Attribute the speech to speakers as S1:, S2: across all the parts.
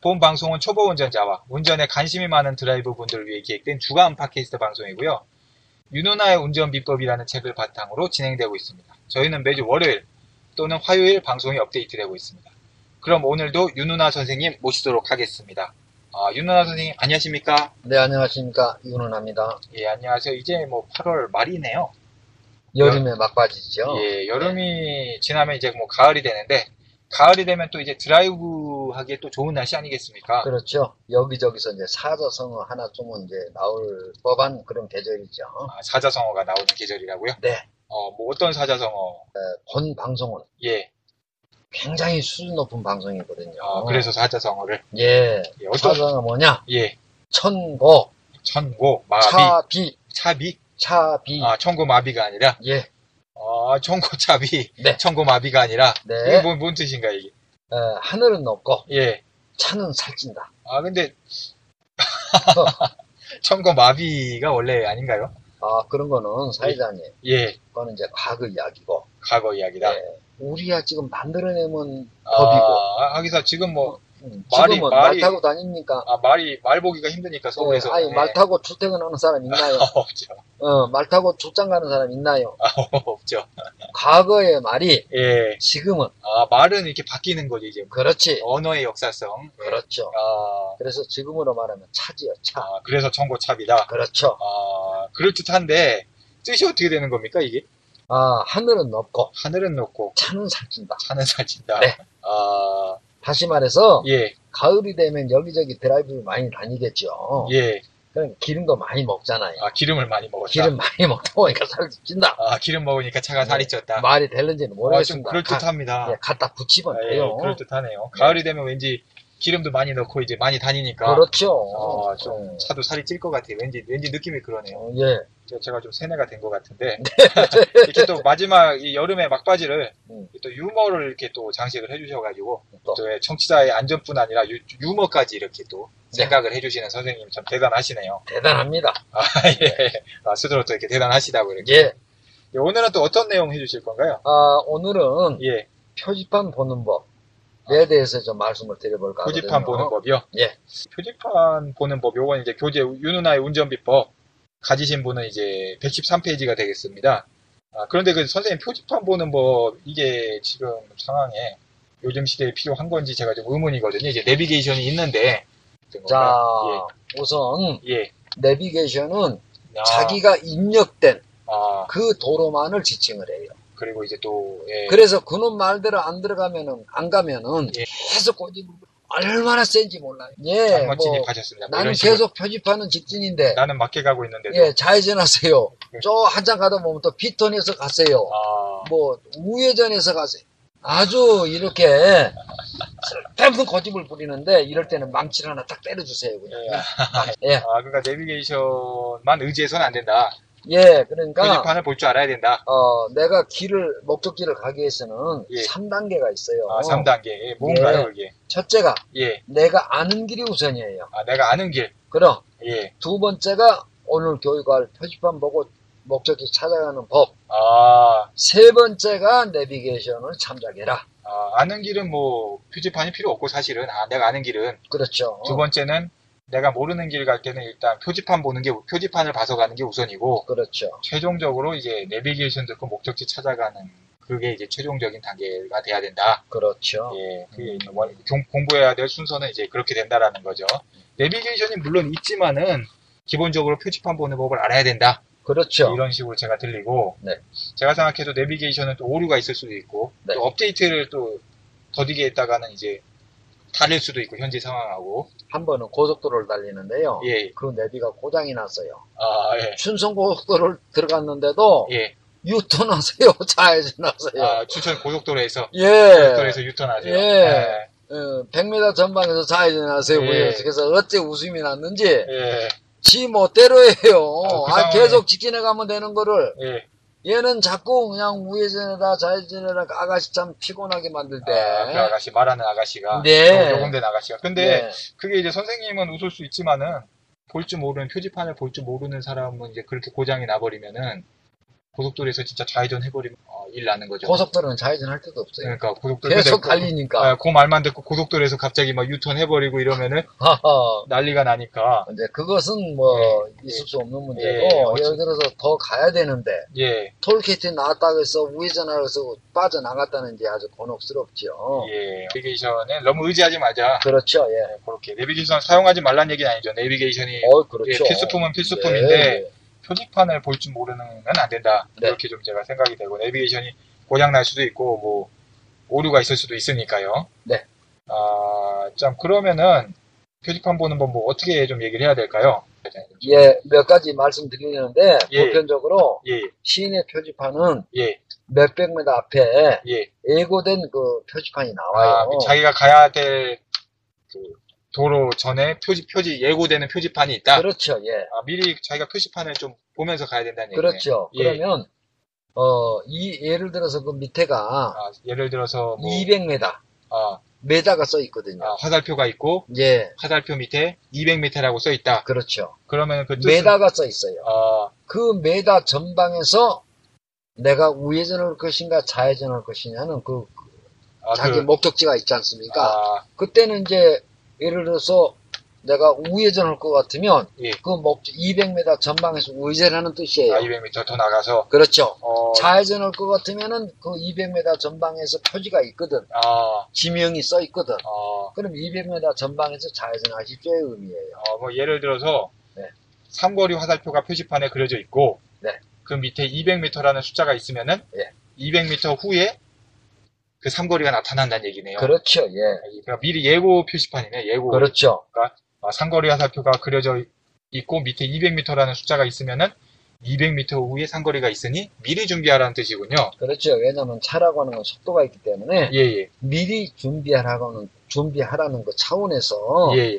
S1: 본 방송은 초보 운전자와 운전에 관심이 많은 드라이버 분들을 위해 기획된 주간 팟캐스트 방송이고요. 유누나의 운전 비법이라는 책을 바탕으로 진행되고 있습니다. 저희는 매주 월요일 또는 화요일 방송이 업데이트되고 있습니다. 그럼 오늘도 유누나 선생님 모시도록 하겠습니다. 아, 유누나 선생님 안녕하십니까?
S2: 네, 안녕하십니까. 윤은합니다.
S1: 예, 안녕하세요. 이제 뭐 8월 말이네요.
S2: 여름의 막바지죠.
S1: 예, 여름이 지나면 이제 뭐 가을이 되는데 가을이 되면 또 이제 드라이브 하기에 또 좋은 날씨 아니겠습니까?
S2: 그렇죠. 여기저기서 이제 사자성어 하나쯤은 이제 나올 법한 그런 계절이죠.
S1: 아, 사자성어가 나오는 계절이라고요?
S2: 네.
S1: 어, 뭐 어떤 사자성어?
S2: 본 방송은
S1: 예.
S2: 굉장히 수준 높은 방송이거든요.
S1: 어, 그래서 사자성어를
S2: 예.
S1: 예, 어떤
S2: 사자가 뭐냐?
S1: 예.
S2: 천고,
S1: 천고 아, 마비
S2: 차비,
S1: 차비
S2: 차비.
S1: 아, 천고 마비가 아니라
S2: 예.
S1: 아, 천고 차비.
S2: 네.
S1: 천고 마비가 아니라 이게 뭐-
S2: 네.
S1: 뭔, 뭔 뜻인가 이게?
S2: 어, 하늘은 높고
S1: 예.
S2: 차는 살찐다.
S1: 아, 근데 천고 마비가 원래 아닌가요?
S2: 아, 그런 거는 사회자님.
S1: 예.
S2: 그거는 이제 과거 이야기고.
S1: 과거 이야기다.
S2: 예. 우리가 지금 만들어내면 법이고.
S1: 아, 하기사 지금 뭐
S2: 음,
S1: 말이-
S2: 지금은
S1: 말이-
S2: 말 타고 다닙니까?
S1: 아 말이 말 보기가 힘드니까 서울에서
S2: 네,
S1: 예.
S2: 아니, 말 타고 출퇴근하는 사람 있나요?
S1: 아, 없죠
S2: 어, 말 타고 출장 가는 사람 있나요?
S1: 없죠
S2: 과거의 말이
S1: 예아
S2: 지금은
S1: 말은 이렇게 바뀌는 거지 이제
S2: 그렇지.
S1: 언어의 역사성
S2: 그렇죠.
S1: 아,
S2: 그래서 지금으로 말하면 차지요, 차.
S1: 아, 그래서 청고찹이다
S2: 그렇죠.
S1: 아 그럴 듯한데 뜻이 어떻게 되는 겁니까 이게
S2: 아, 하늘은 높고
S1: 하늘은 높고
S2: 차는 살찐다.
S1: 차는 살찐다
S2: 네.
S1: 아예예 예,
S2: 다시 말해서 가을이 되면 여기저기 드라이브를 많이 다니겠죠. 그럼 기름도 많이 먹잖아요.
S1: 예. 아, 기름을 많이 먹었다
S2: 기름 많이 먹다 보니까 살찐다.
S1: 아 기름 먹으니까 차가 살이 쪘다
S2: 네. 말이 되는지는
S1: 아, 좀
S2: 모르겠습니다.
S1: 그럴
S2: 가-
S1: 듯합니다
S2: 예, 갖다 붙이면
S1: 예,
S2: 돼요.
S1: 그럴 듯하네요 가을이 되면 왠지 기름도 많이 넣고 이제 많이 다니니까
S2: 그렇죠.
S1: 아, 좀 차도 살이 찔 것 같아요. 왠지 왠지 느낌이 그러네요.
S2: 어, 예.
S1: 저- 제가 좀 세뇌가 된 것
S2: 네.
S1: 같은데 이렇게 또 마지막 이 여름의 막바지를
S2: 음.
S1: 또 유머를 이렇게 또 장식을 해주셔가지고
S2: 또.
S1: 또 청취자의 안전뿐 아니라 유, 머까지 이렇게 또
S2: 네.
S1: 생각을 해주시는 선생님 참 대단하시네요.
S2: 대단합니다.
S1: 아, 예. 아, 스스로 또 이렇게 대단하시다고 이렇게.
S2: 네. 예.
S1: 예, 오늘은 또 어떤 내용 해주실 건가요?
S2: 아, 오늘은
S1: 예,
S2: 표지판 보는 법에 대해서 좀 말씀을 드려볼까 하거든요.
S1: 아. 표지판 보는 법이요.
S2: 예.
S1: 표지판 보는 법, 요건 이제 교재 유누나의 운전 비법 가지신 분은 이제 113페이지가 되겠습니다. 아, 그런데 그 선생님 표지판 보는 법 이게 지금 상황에 요즘 시대에 필요한 건지 제가 좀 의문이거든요. 이제 내비게이션이 있는데
S2: 자, 우선
S1: 예, 예.
S2: 내비게이션은
S1: 아,
S2: 자기가 입력된
S1: 아,
S2: 그 도로만을 지칭을 해요.
S1: 그리고 이제 또 예,
S2: 그래서 그놈 말대로 안 들어가면은 안 가면은
S1: 예.
S2: 계속 꼬집고 얼마나 센지 몰라요. 예,
S1: 장마
S2: 뭐
S1: 진입하셨습니다. 뭐
S2: 나는
S1: 이런 식으로.
S2: 계속 표지판은 직진인데
S1: 나는 맞게 가고 있는데도
S2: 예, 좌회전하세요.
S1: 예.
S2: 저 한참 가다 보면 또 피톤에서 가세요.
S1: 아,
S2: 뭐 우회전해서 가세요. 아주 이렇게 슬픈 고집을 부리는데 이럴 때는 망치를 하나 딱 때려주세요. 그냥.
S1: 예.
S2: 예,
S1: 아, 그러니까 내비게이션만 의지해서는 안 된다.
S2: 예, 그러니까
S1: 표지판을 볼 줄 알아야 된다.
S2: 어, 내가 길을 목적지를 가기 위해서는
S1: 예.
S2: 3단계가 있어요.
S1: 아, 3단계. 예, 뭔가요, 이게?
S2: 첫째가
S1: 예.
S2: 내가 아는 길이 우선이에요.
S1: 아, 내가 아는 길.
S2: 그럼
S1: 예.
S2: 두 번째가 오늘 교육할 표지판 보고 목적지 찾아가는 법.
S1: 아,
S2: 세 번째가 내비게이션을 참작해라.
S1: 아는 길은 뭐 표지판이 필요 없고 사실은 아 내가 아는 길은
S2: 그렇죠.
S1: 두 번째는 내가 모르는 길 갈 때는 일단 표지판 보는 게 표지판을 봐서 가는 게 우선이고
S2: 그렇죠.
S1: 최종적으로 이제 내비게이션 듣고 목적지 찾아가는 그게 이제 최종적인 단계가 돼야 된다.
S2: 그렇죠.
S1: 예, 그게 이제 원- 공- 공부해야 될 순서는 이제 그렇게 된다라는 거죠. 내비게이션이 물론 있지만은 기본적으로 표지판 보는 법을 알아야 된다.
S2: 그렇죠.
S1: 이런 식으로 제가 들리고
S2: 네.
S1: 제가 생각해도 내비게이션은 또 오류가 있을 수도 있고
S2: 네.
S1: 또 업데이트를 또 더디게 했다가는 이제 다를 수도 있고 현재 상황하고
S2: 한 번은 고속도로를 달리는데요.
S1: 예,
S2: 그 내비가 고장이 났어요.
S1: 아 예,
S2: 춘성 고속도로를 들어갔는데도
S1: 예,
S2: 유턴하세요. 좌회전하세요.
S1: 아, 춘천 고속도로에서
S2: 예.
S1: 고속도로에서 유턴하세요.
S2: 예.
S1: 예,
S2: 어, 100m 전방에서 좌회전하세요.
S1: 예.
S2: 그래서 그래서 어째 웃음이 났는지
S1: 예,
S2: 지 멋대로예요.
S1: 아, 그
S2: 아,
S1: 상황에-
S2: 계속 직진해 가면 되는 거를
S1: 예.
S2: 얘는 자꾸 그냥 우회전해라 좌회전해라 그 아가씨 참 피곤하게 만들 때.
S1: 아, 그 아가씨 말하는 아가씨가
S2: 네.
S1: 조금 된 아가씨가. 근데 그게 이제 선생님은 웃을 수 있지만은 볼 줄 모르는 표지판을 볼 줄 모르는 사람은 이제 그렇게 고장이 나버리면은 고속도로에서 진짜 좌회전 해버리면 어, 일 나는 거죠.
S2: 예. 고속도로는 좌회전할 데도 없어요.
S1: 그러니까 고속도로
S2: 계속
S1: 근데
S2: 달리니까.
S1: 아, 그 말만 듣고 고속도로에서 갑자기 막 유턴 해버리고 이러면은
S2: 하하.
S1: 난리가 나니까
S2: 이제 그것은 뭐
S1: 예.
S2: 있을 수 없는 문제고
S1: 예,
S2: 예를
S1: 어쨌든.
S2: 들어서 더 가야 되는데
S1: 예,
S2: 톨게이트 나왔다고 해서 우회전하고 해서 빠져나갔다는 게 아주 곤혹스럽죠.
S1: 예. 내비게이션에 너무 의지하지 말자.
S2: 그렇죠. 예.
S1: 그렇게 내비게이션 사용하지 말란 얘기는 아니죠. 내비게이션이
S2: 어, 그렇죠.
S1: 예, 필수품은 필수품인데
S2: 예.
S1: 표지판을 볼 줄 모르는 건 안 된다.
S2: 네.
S1: 이렇게 좀 제가 생각이 되고 내비게이션이 고장 날 수도 있고 뭐 오류가 있을 수도 있으니까요.
S2: 네.
S1: 아, 참 그러면은 표지판 보는 법 뭐 어떻게 좀 얘기를 해야 될까요?
S2: 예, 몇 가지 말씀드리는데
S1: 예.
S2: 보편적으로
S1: 예,
S2: 시인의 표지판은
S1: 예,
S2: 몇백 미터 앞에
S1: 예.
S2: 예고된 그 표지판이
S1: 아,
S2: 나와요.
S1: 자기가 가야 될 그, 도로 전에 표지 표지 예고되는 표지판이 있다.
S2: 그렇죠. 예.
S1: 아, 미리 자기가 표지판을 좀 보면서 가야 된다는 얘기네.
S2: 그렇죠.
S1: 예.
S2: 그러면 어, 이 예를 들어서 그 밑에가
S1: 아, 예를 들어서 뭐
S2: 200m
S1: 아,
S2: 메다가 써 있거든요.
S1: 아, 화살표가 있고
S2: 예,
S1: 화살표 밑에 200m라고 써 있다.
S2: 그렇죠.
S1: 그러면 그 뜻은-
S2: 메다가 써 있어요.
S1: 아,
S2: 그 메다 전방에서 내가 우회전을 할 것인가 좌회전을 할 것이냐는 그
S1: 아,
S2: 자기
S1: 그-
S2: 목적지가 있지 않습니까?
S1: 아,
S2: 그때는 이제 예를 들어서 내가 우회전할 것 같으면
S1: 예.
S2: 그 목적 200m 전방에서 우회전하는 뜻이에요.
S1: 아, 200m 더 나가서
S2: 그렇죠.
S1: 어,
S2: 좌회전할 것 같으면은 그 200m 전방에서 표지가 있거든.
S1: 아,
S2: 지명이 써 있거든.
S1: 어,
S2: 그럼 200m 전방에서 좌회전하십시오의 의미예요.
S1: 어, 뭐 예를 들어서
S2: 네.
S1: 삼거리 화살표가 표지판에 그려져 있고
S2: 네.
S1: 그 밑에 200m라는 숫자가 있으면은
S2: 예.
S1: 200m 후에 그 삼거리가 나타난다는 얘기네요.
S2: 그렇죠. 예.
S1: 그러니까 미리 예고 표지판이네. 예고.
S2: 그렇죠.
S1: 아, 삼거리 화살표가 그려져 있고 밑에 200m라는 숫자가 있으면은 200m 후에 삼거리가 있으니 미리 준비하라는 뜻이군요.
S2: 그렇죠. 왜냐하면 차라고 하는 건 속도가 있기 때문에
S1: 예, 예.
S2: 미리 준비하라고는 준비하라는 그 차원에서
S1: 예, 예.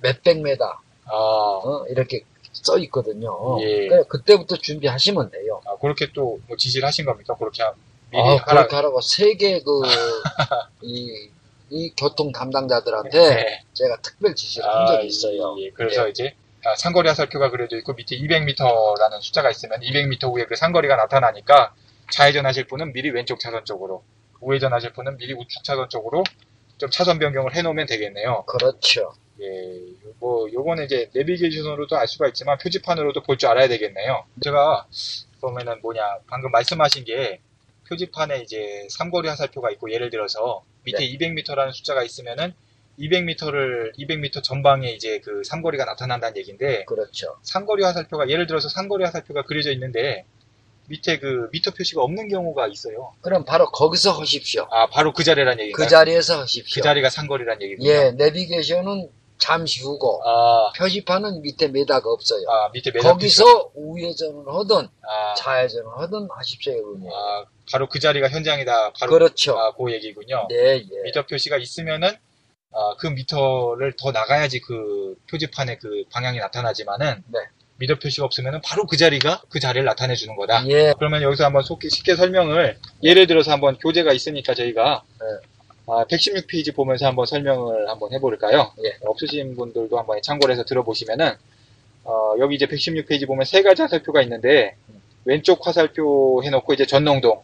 S2: 몇백 메다
S1: 아.
S2: 어, 이렇게 써 있거든요. 그러니까
S1: 예.
S2: 그래, 그때부터 준비하시면 돼요.
S1: 아, 그렇게 또, 뭐, 지시를 하신 겁니까? 그렇게 하- 미리
S2: 아,
S1: 하라.
S2: 그렇게 하라고 세계 그이 이 교통 담당자들한테
S1: 네.
S2: 제가 특별 지시를 한 적이 있어요. 네.
S1: 예, 그래서 이제, 아, 상거리 화살표가 그려져 있고, 밑에 200m라는 숫자가 있으면 200m 후에 그 상거리가 나타나니까, 좌회전 하실 분은 미리 왼쪽 차선 쪽으로, 우회전 하실 분은 미리 우측 차선 쪽으로, 좀 차선 변경을 해놓으면 되겠네요.
S2: 그렇죠.
S1: 예, 요거, 요거는 이제 내비게이션으로도 알 수가 있지만 표지판으로도 볼 줄 알아야 되겠네요. 제가 보면은 뭐냐, 방금 말씀하신 게 표지판에 이제 삼거리 화살표가 있고 예를 들어서 밑에
S2: 네.
S1: 200m라는 숫자가 있으면은 200m를 200m 전방에 이제 그 삼거리가 나타난다는 얘기인데
S2: 그렇죠.
S1: 삼거리 화살표가 예를 들어서 삼거리 화살표가 그려져 있는데 밑에 그 미터 표시가 없는 경우가 있어요.
S2: 그럼 바로 거기서 하십시오.
S1: 아, 바로 그 자리란 얘기가
S2: 그 자리에서
S1: 그
S2: 하십시오.
S1: 자리가 삼거리란 얘기군요.
S2: 예, 내비게이션은 잠시 후고
S1: 아,
S2: 표지판은 밑에 메다가 없어요.
S1: 아, 밑에 매달
S2: 거기서 우회전을 하든
S1: 아.
S2: 좌회전을 하든 하십시오. 의미.
S1: 아, 바로 그 자리가 현장이다. 바로
S2: 그렇죠.
S1: 아, 그 얘기군요.
S2: 네, 예.
S1: 미터 표시가 있으면은 아, 그 미터를 더 나가야지 그 표지판에 그 방향이 나타나지만은
S2: 네.
S1: 미터 표시가 없으면은 바로 그 자리가 그 자리를 나타내 주는 거다.
S2: 예,
S1: 그러면 여기서 한번 속기 쉽게 설명을 예를 들어서 한번 교재가 있으니까 저희가
S2: 네.
S1: 아, 116페이지 보면서 한번 설명을 한번 해볼까요?
S2: 예.
S1: 없으신 분들도 한번 참고를 해서 들어보시면은 어, 여기 이제 116페이지 보면 세 가지 화살표가 있는데 왼쪽 화살표 해놓고 이제 전농동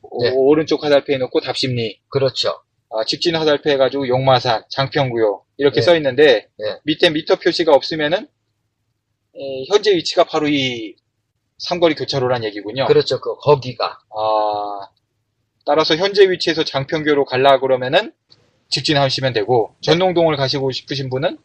S1: 오-
S2: 네.
S1: 오른쪽 화살표 해놓고 답심리
S2: 그렇죠.
S1: 아, 직진 화살표 해가지고 용마산 장평구요 이렇게
S2: 네.
S1: 써 있는데
S2: 네.
S1: 밑에 미터 표시가 없으면은 에, 현재 위치가 바로 이 삼거리 교차로란 얘기군요.
S2: 그렇죠. 그 거기가
S1: 아, 따라서 현재 위치에서 장평교로 갈라 그러면은 직진하시면 되고 전농동을 가시고 싶으신 분은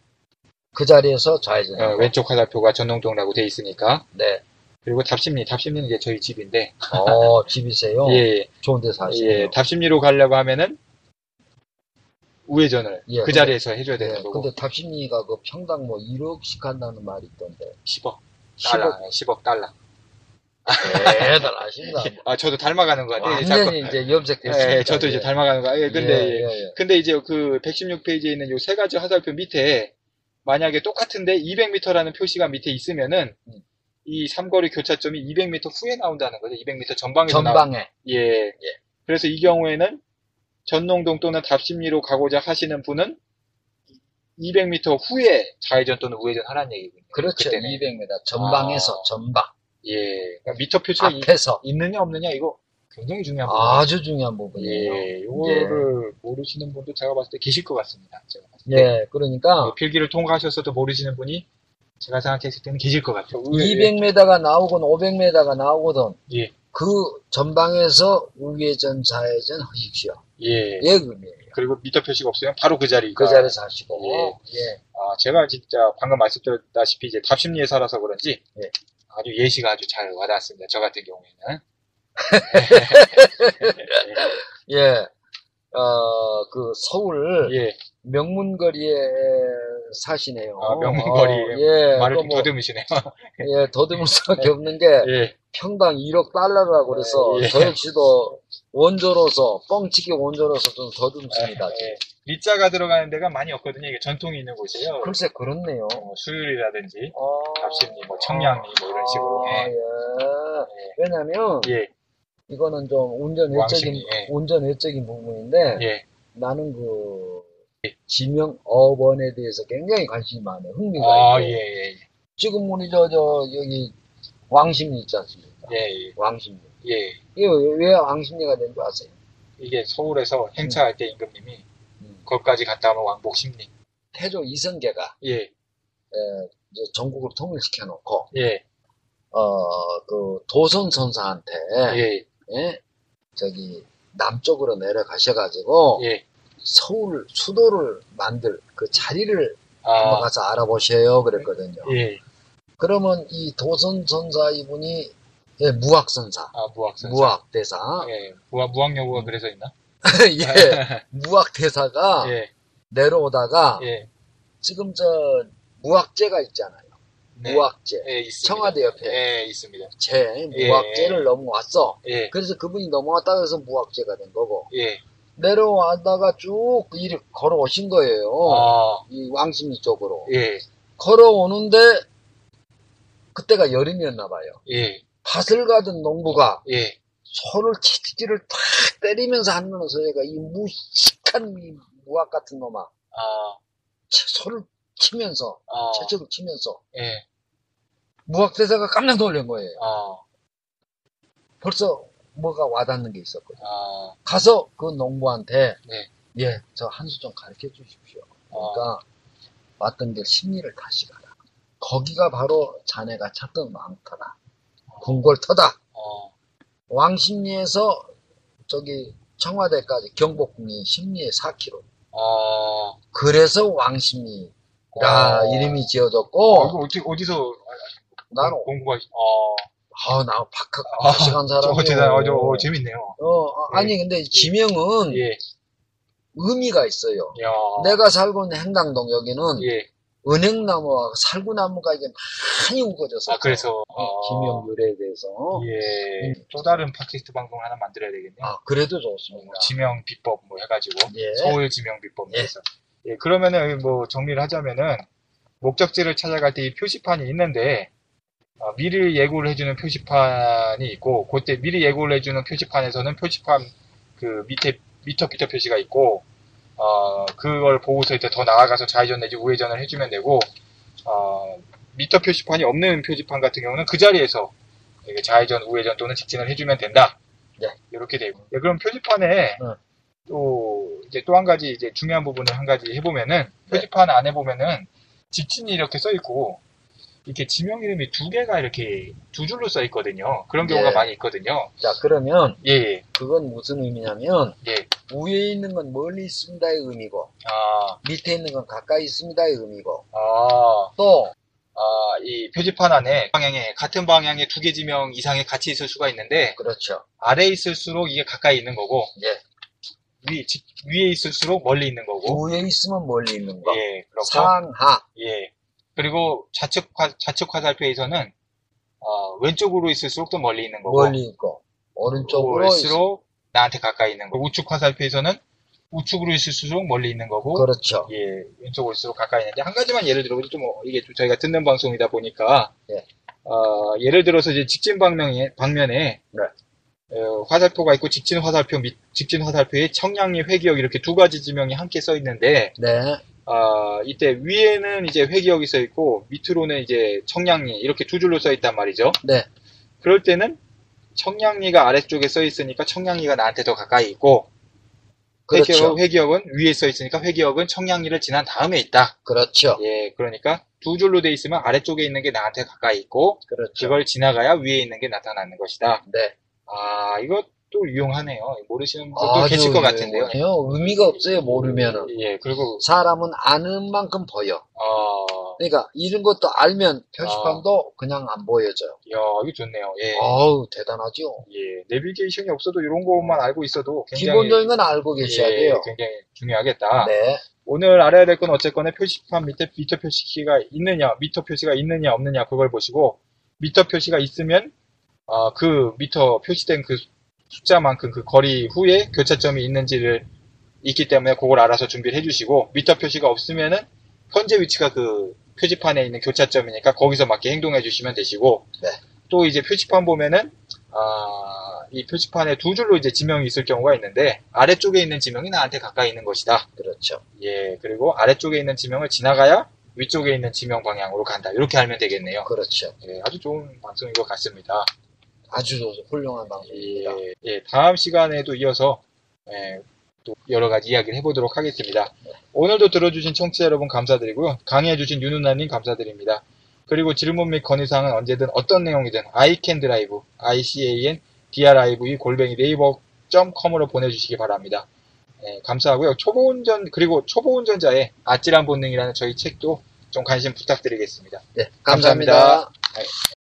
S2: 그 자리에서 좌회전.
S1: 어, 왼쪽 화살표가 전동동라고 돼 있으니까.
S2: 네.
S1: 그리고 답심리, 답심리는 이제 저희 집인데.
S2: 어, 집이세요?
S1: 예, 예,
S2: 좋은 데 사시네요.
S1: 예. 답심리로 가려고 하면은 우회전을
S2: 예,
S1: 그
S2: 근데-
S1: 자리에서 해줘야
S2: 네,
S1: 되는 거고.
S2: 근데 답심리가 그 평당 뭐 1억씩 한다는 말이 있던데.
S1: 10억.
S2: 10억.
S1: 달러, 10억 달러.
S2: 대단하신다.
S1: 아, 저도 닮아가는 것 같아요. 예,
S2: 완전히
S1: 자꾸-
S2: 이제
S1: 예,
S2: 염색됐습니다.
S1: 예, 저도 이제 닮아가는 거. 예, 근데 예.
S2: 예, 예.
S1: 근데 이제 그 116페이지에 있는 요 세 가지 화살표 밑에 만약에 똑같은데 200m라는 표시가 밑에 있으면은
S2: 음.
S1: 이 삼거리 교차점이 200m 후에 나온다는 거죠. 200m 전방에서 나온.
S2: 전방에.
S1: 예. 그래서 이 경우에는 전농동 또는 답심리로 가고자 하시는 분은 200m 후에 좌회전 또는 우회전 하라는 얘기군요.
S2: 그렇죠.
S1: 그때는.
S2: 200m. 전방에서,
S1: 아.
S2: 전방.
S1: 예. 그러니까 미터 표시가 이-
S2: 앞에서.
S1: 있느냐 없느냐 이거 굉장히 중요한 부분이에요.
S2: 아주 중요한 부분이에요. 예.
S1: 예. 요거를 모르시는 분도 제가 봤을 때 계실 것 같습니다. 제가 봤을 때.
S2: 그러니까
S1: 어, 필기를 통과하셨어도 모르시는 분이 제가 생각했을 때는 계실 것 같아요.
S2: 예, 200m가 나오건 500m가 나오거든.
S1: 예.
S2: 그 전방에서 우회전, 좌회전 하십시오.
S1: 예.
S2: 예, 의미예요.
S1: 그리고 미터 표시가 없으면 바로 그 자리.
S2: 그 자리에서 하시고. 예.
S1: 아, 제가 진짜 방금 말씀드렸다시피 이제 답심리에 살아서 그런지
S2: 예.
S1: 아주 예시가 아주 잘 와닿았습니다. 저 같은 경우에는.
S2: 예. 어, 그 서울
S1: 예.
S2: 명문거리에 사시네요.
S1: 아, 명문거리.
S2: 어, 예.
S1: 말을
S2: 또
S1: 좀
S2: 뭐,
S1: 더듬으시네요.
S2: 예, 더듬을 수밖에 없는 게
S1: 예.
S2: 평당 1억 달러라고 그래서
S1: 예.
S2: 저 역시도 원조로서 뻥치기 원조로서 좀 더듬습니다.
S1: 예. 리자가 들어가는 데가 많이 없거든요. 이게 전통이 있는 곳이에요.
S2: 글쎄 그렇네요.
S1: 뭐 수율이라든지
S2: 아.
S1: 답심리, 뭐 청량리 뭐 이런 식으로.
S2: 아,
S1: 예.
S2: 예. 왜냐면
S1: 예.
S2: 이거는 좀 운전 외적인
S1: 왕십리, 예.
S2: 운전 외적인 부분인데
S1: 예.
S2: 나는 그 지명 어원에 대해서 굉장히 관심이 많아요. 흥미가
S1: 아,
S2: 있고
S1: 예, 예.
S2: 지금 우리 저 저 여기 왕십리 있지 않습니까?
S1: 예, 예.
S2: 왕십리.
S1: 예.
S2: 이거 왜 왕십리가 된 줄 아세요?
S1: 이게 서울에서 행차할 때 임금님이
S2: 음.
S1: 거기까지 갔다 오면 왕복 심리.
S2: 태조 이성계가
S1: 예,
S2: 에, 이제 전국을 통일시켜 놓고
S1: 예,
S2: 어그 도선 선사한테
S1: 예,
S2: 예? 저기 남쪽으로 내려가셔가지고
S1: 예.
S2: 서울 수도를 만들 그 자리를 한번
S1: 아,
S2: 가서 알아보세요 그랬거든요.
S1: 예.
S2: 그러면 이 도선 선사 이분이 예, 무학 선사,
S1: 아, 무학선.
S2: 무학 음. 대사,
S1: 예. 무학, 무학여고가 그래서 있나?
S2: 예, 무학 대사가
S1: 예,
S2: 내려오다가
S1: 예.
S2: 지금 저 무학제가 있잖아요.
S1: 네.
S2: 무학제,
S1: 예, 있습니다.
S2: 청와대 옆에
S1: 예, 있습니다.
S2: 제
S1: 예.
S2: 무학제를 넘어왔어.
S1: 예,
S2: 그래서 그분이 넘어왔다 해서 무학제가 된 거고
S1: 예.
S2: 내려왔다가 쭉 이리 걸어오신 거예요.
S1: 아,
S2: 이 왕십리 쪽으로
S1: 예,
S2: 걸어오는데 그때가 여름이었나 봐요.
S1: 예,
S2: 밭을 가던 농부가
S1: 예.
S2: 소를 채찍질을 탁 때리면서 하면서 얘가 이 무식한 이 무학 같은 놈아
S1: 아,
S2: 채- 소를 치면서
S1: 아,
S2: 채찍을 치면서
S1: 예,
S2: 무학 대사가 깜짝 놀란 거예요.
S1: 아,
S2: 벌써 뭐가 와닿는 게 있었거든.
S1: 아,
S2: 가서 그 농부한테
S1: 네.
S2: 예, 저 한수 좀 가르쳐 주십시오.
S1: 아,
S2: 그러니까 왔던 길 심리를 다시 가라. 거기가 바로 자네가 찾던 왕터다. 궁궐터다.
S1: 어,
S2: 왕십리에서 저기 청와대까지 경복궁이 심리에 4km.
S1: 아.
S2: 그래서 왕십리라 이름이 지어졌고
S1: 어디, 어디서
S2: 나는
S1: 공부가, 어,
S2: 아, 나 박학
S1: 아,
S2: 박식한
S1: 저,
S2: 사람이에요.
S1: 대단, 어, 저, 어, 재밌네요.
S2: 어, 아,
S1: 예.
S2: 아니 근데 지명은
S1: 예,
S2: 의미가 있어요.
S1: 야,
S2: 내가 살고 있는 행당동 여기는
S1: 예.
S2: 은행나무와 살구나무가 이게 많이 우거져서
S1: 아, 그래서,
S2: 어, 지명 유래에 대해서
S1: 예.
S2: 음.
S1: 또 다른 팟캐스트 방송 하나 만들어야 되겠네요.
S2: 아, 그래도
S1: 뭐
S2: 좋습니다.
S1: 지명 비법 뭐 해가지고
S2: 예.
S1: 서울 지명 비법
S2: 예.
S1: 해서 예, 그러면은 뭐 정리를 하자면은 목적지를 찾아갈 때 이 표시판이 있는데 아, 미리 예고를 해주는 표시판이 있고 그때 미리 예고를 해주는 표시판에서는 표시판 그 밑에 미터 피터 표시가 있고 어, 그걸 보고서 이제 더 나아가서 좌회전 내지 우회전을 해주면 되고 어, 미터 표시판이 없는 표지판 같은 경우는 그 자리에서 이게 좌회전 우회전 또는 직진을 해주면 된다
S2: 예.
S1: 이렇게 되고 예, 그럼 표지판에
S2: 응.
S1: 또 이제 또 한 가지 이제 중요한 부분을 한 가지 해보면은
S2: 네.
S1: 표지판 안에 보면은 직진이 이렇게 써 있고 이렇게 지명 이름이 두 개가 이렇게 두 줄로 써 있거든요. 그런 경우가
S2: 예.
S1: 많이 있거든요.
S2: 자, 그러면
S1: 예, 예,
S2: 그건 무슨 의미냐면
S1: 예,
S2: 위에 있는 건 멀리 있습니다의 의미고
S1: 아,
S2: 밑에 있는 건 가까이 있습니다의 의미고
S1: 아,
S2: 또
S1: 아, 이 표지판 안에 방향에, 같은 방향에 두 개 지명 이상이 같이 있을 수가 있는데,
S2: 그렇죠.
S1: 아래에 있을수록 이게 가까이 있는 거고,
S2: 예.
S1: 위, 지- 위에 있을수록 멀리 있는 거고,
S2: 위에 있으면 멀리 있는 거.
S1: 예, 그렇고,
S2: 상하.
S1: 예. 그리고 좌측, 화, 좌측 화살표에서는, 어, 왼쪽으로 있을수록 더 멀리 있는 거고, 뭐,
S2: 멀리 있고 오른쪽으로 있-
S1: 올수록 나한테 가까이 있는 거고, 우측 화살표에서는 우측으로 있을수록 멀리 있는 거고,
S2: 그렇죠.
S1: 예, 왼쪽 올수록 가까이 있는데, 한 가지만 예를 들어, 좀, 어, 이게 좀 저희가 듣는 방송이다 보니까,
S2: 예.
S1: 어, 예를 들어서 이제 직진 방면에, 방면에,
S2: 네.
S1: 어, 화살표가 있고, 직진 화살표 밑, 직진 화살표에 청량리 회기역 이렇게 두 가지 지명이 함께 써 있는데,
S2: 네.
S1: 아, 이때 위에는 이제 회기역이 써 있고, 밑으로는 이제 청량리, 이렇게 두 줄로 써 있단 말이죠.
S2: 네.
S1: 그럴 때는 청량리가 아래쪽에 써 있으니까 청량리가 나한테 더 가까이 있고,
S2: 그렇죠.
S1: 회기역, 회기역은 위에 써 있으니까 회기역은 청량리를 지난 다음에 있다.
S2: 그렇죠.
S1: 예, 그러니까 두 줄로 돼 있으면 아래쪽에 있는 게 나한테 가까이 있고
S2: 그렇죠.
S1: 그걸 지나가야 위에 있는 게 나타나는 것이다.
S2: 네.
S1: 아, 이것도 유용하네요. 모르시는
S2: 아,
S1: 분도 계실 것 같은데요.
S2: 아니요. 의미가 없어요. 예, 모르면은.
S1: 예, 그리고
S2: 사람은 아는 만큼 보여.
S1: 어,
S2: 그러니까 이런 것도 알면 표지판도 그냥 안 보여져요.
S1: 야, 이거 좋네요. 아. 예,
S2: 어우 대단하죠.
S1: 예, 내비게이션이 없어도 이런 것만 알고 있어도 굉장히
S2: 기본적인 건 알고 계셔야
S1: 예,
S2: 돼요.
S1: 굉장히 중요하겠다.
S2: 네.
S1: 오늘 알아야 될 건 어쨌거나 표시판 밑에 미터 표시가 있느냐, 미터 표시가 있느냐, 없느냐, 그걸 보시고, 미터 표시가 있으면, 아, 그 미터 표시된 그 숫자만큼 그 거리 후에 교차점이 있는지를 있기 때문에 그걸 알아서 준비를 해주시고, 미터 표시가 없으면은, 현재 위치가 그 표지판에 있는 교차점이니까 거기서 맞게 행동해 주시면 되시고,
S2: 네.
S1: 또 이제 표지판 보면은, 아, 이 표지판에 두 줄로 이제 지명이 있을 경우가 있는데, 아래쪽에 있는 지명이 나한테 가까이 있는 것이다.
S2: 그렇죠.
S1: 예, 그리고 아래쪽에 있는 지명을 지나가야 위쪽에 있는 지명 방향으로 간다. 이렇게 알면 되겠네요.
S2: 그렇죠.
S1: 예, 아주 좋은 방송인 것 같습니다.
S2: 아주 훌륭한 방송입니다.
S1: 예, 예, 다음 시간에도 이어서 예, 또 여러 가지 이야기를 해보도록 하겠습니다. 오늘도 들어주신 청취자 여러분 감사드리고요. 강의해주신 윤은나님 감사드립니다. 그리고 질문 및 건의사항은 언제든 어떤 내용이든 iCanDrive, ICANDRIVE 골뱅이 네이버.com으로 보내주시기 바랍니다. 예, 감사하고요. 초보운전 그리고 초보운전자의 아찔한 본능이라는 저희 책도 좀 관심 부탁드리겠습니다.
S2: 네,
S1: 감사합니다.
S2: 감사합니다.
S1: 아,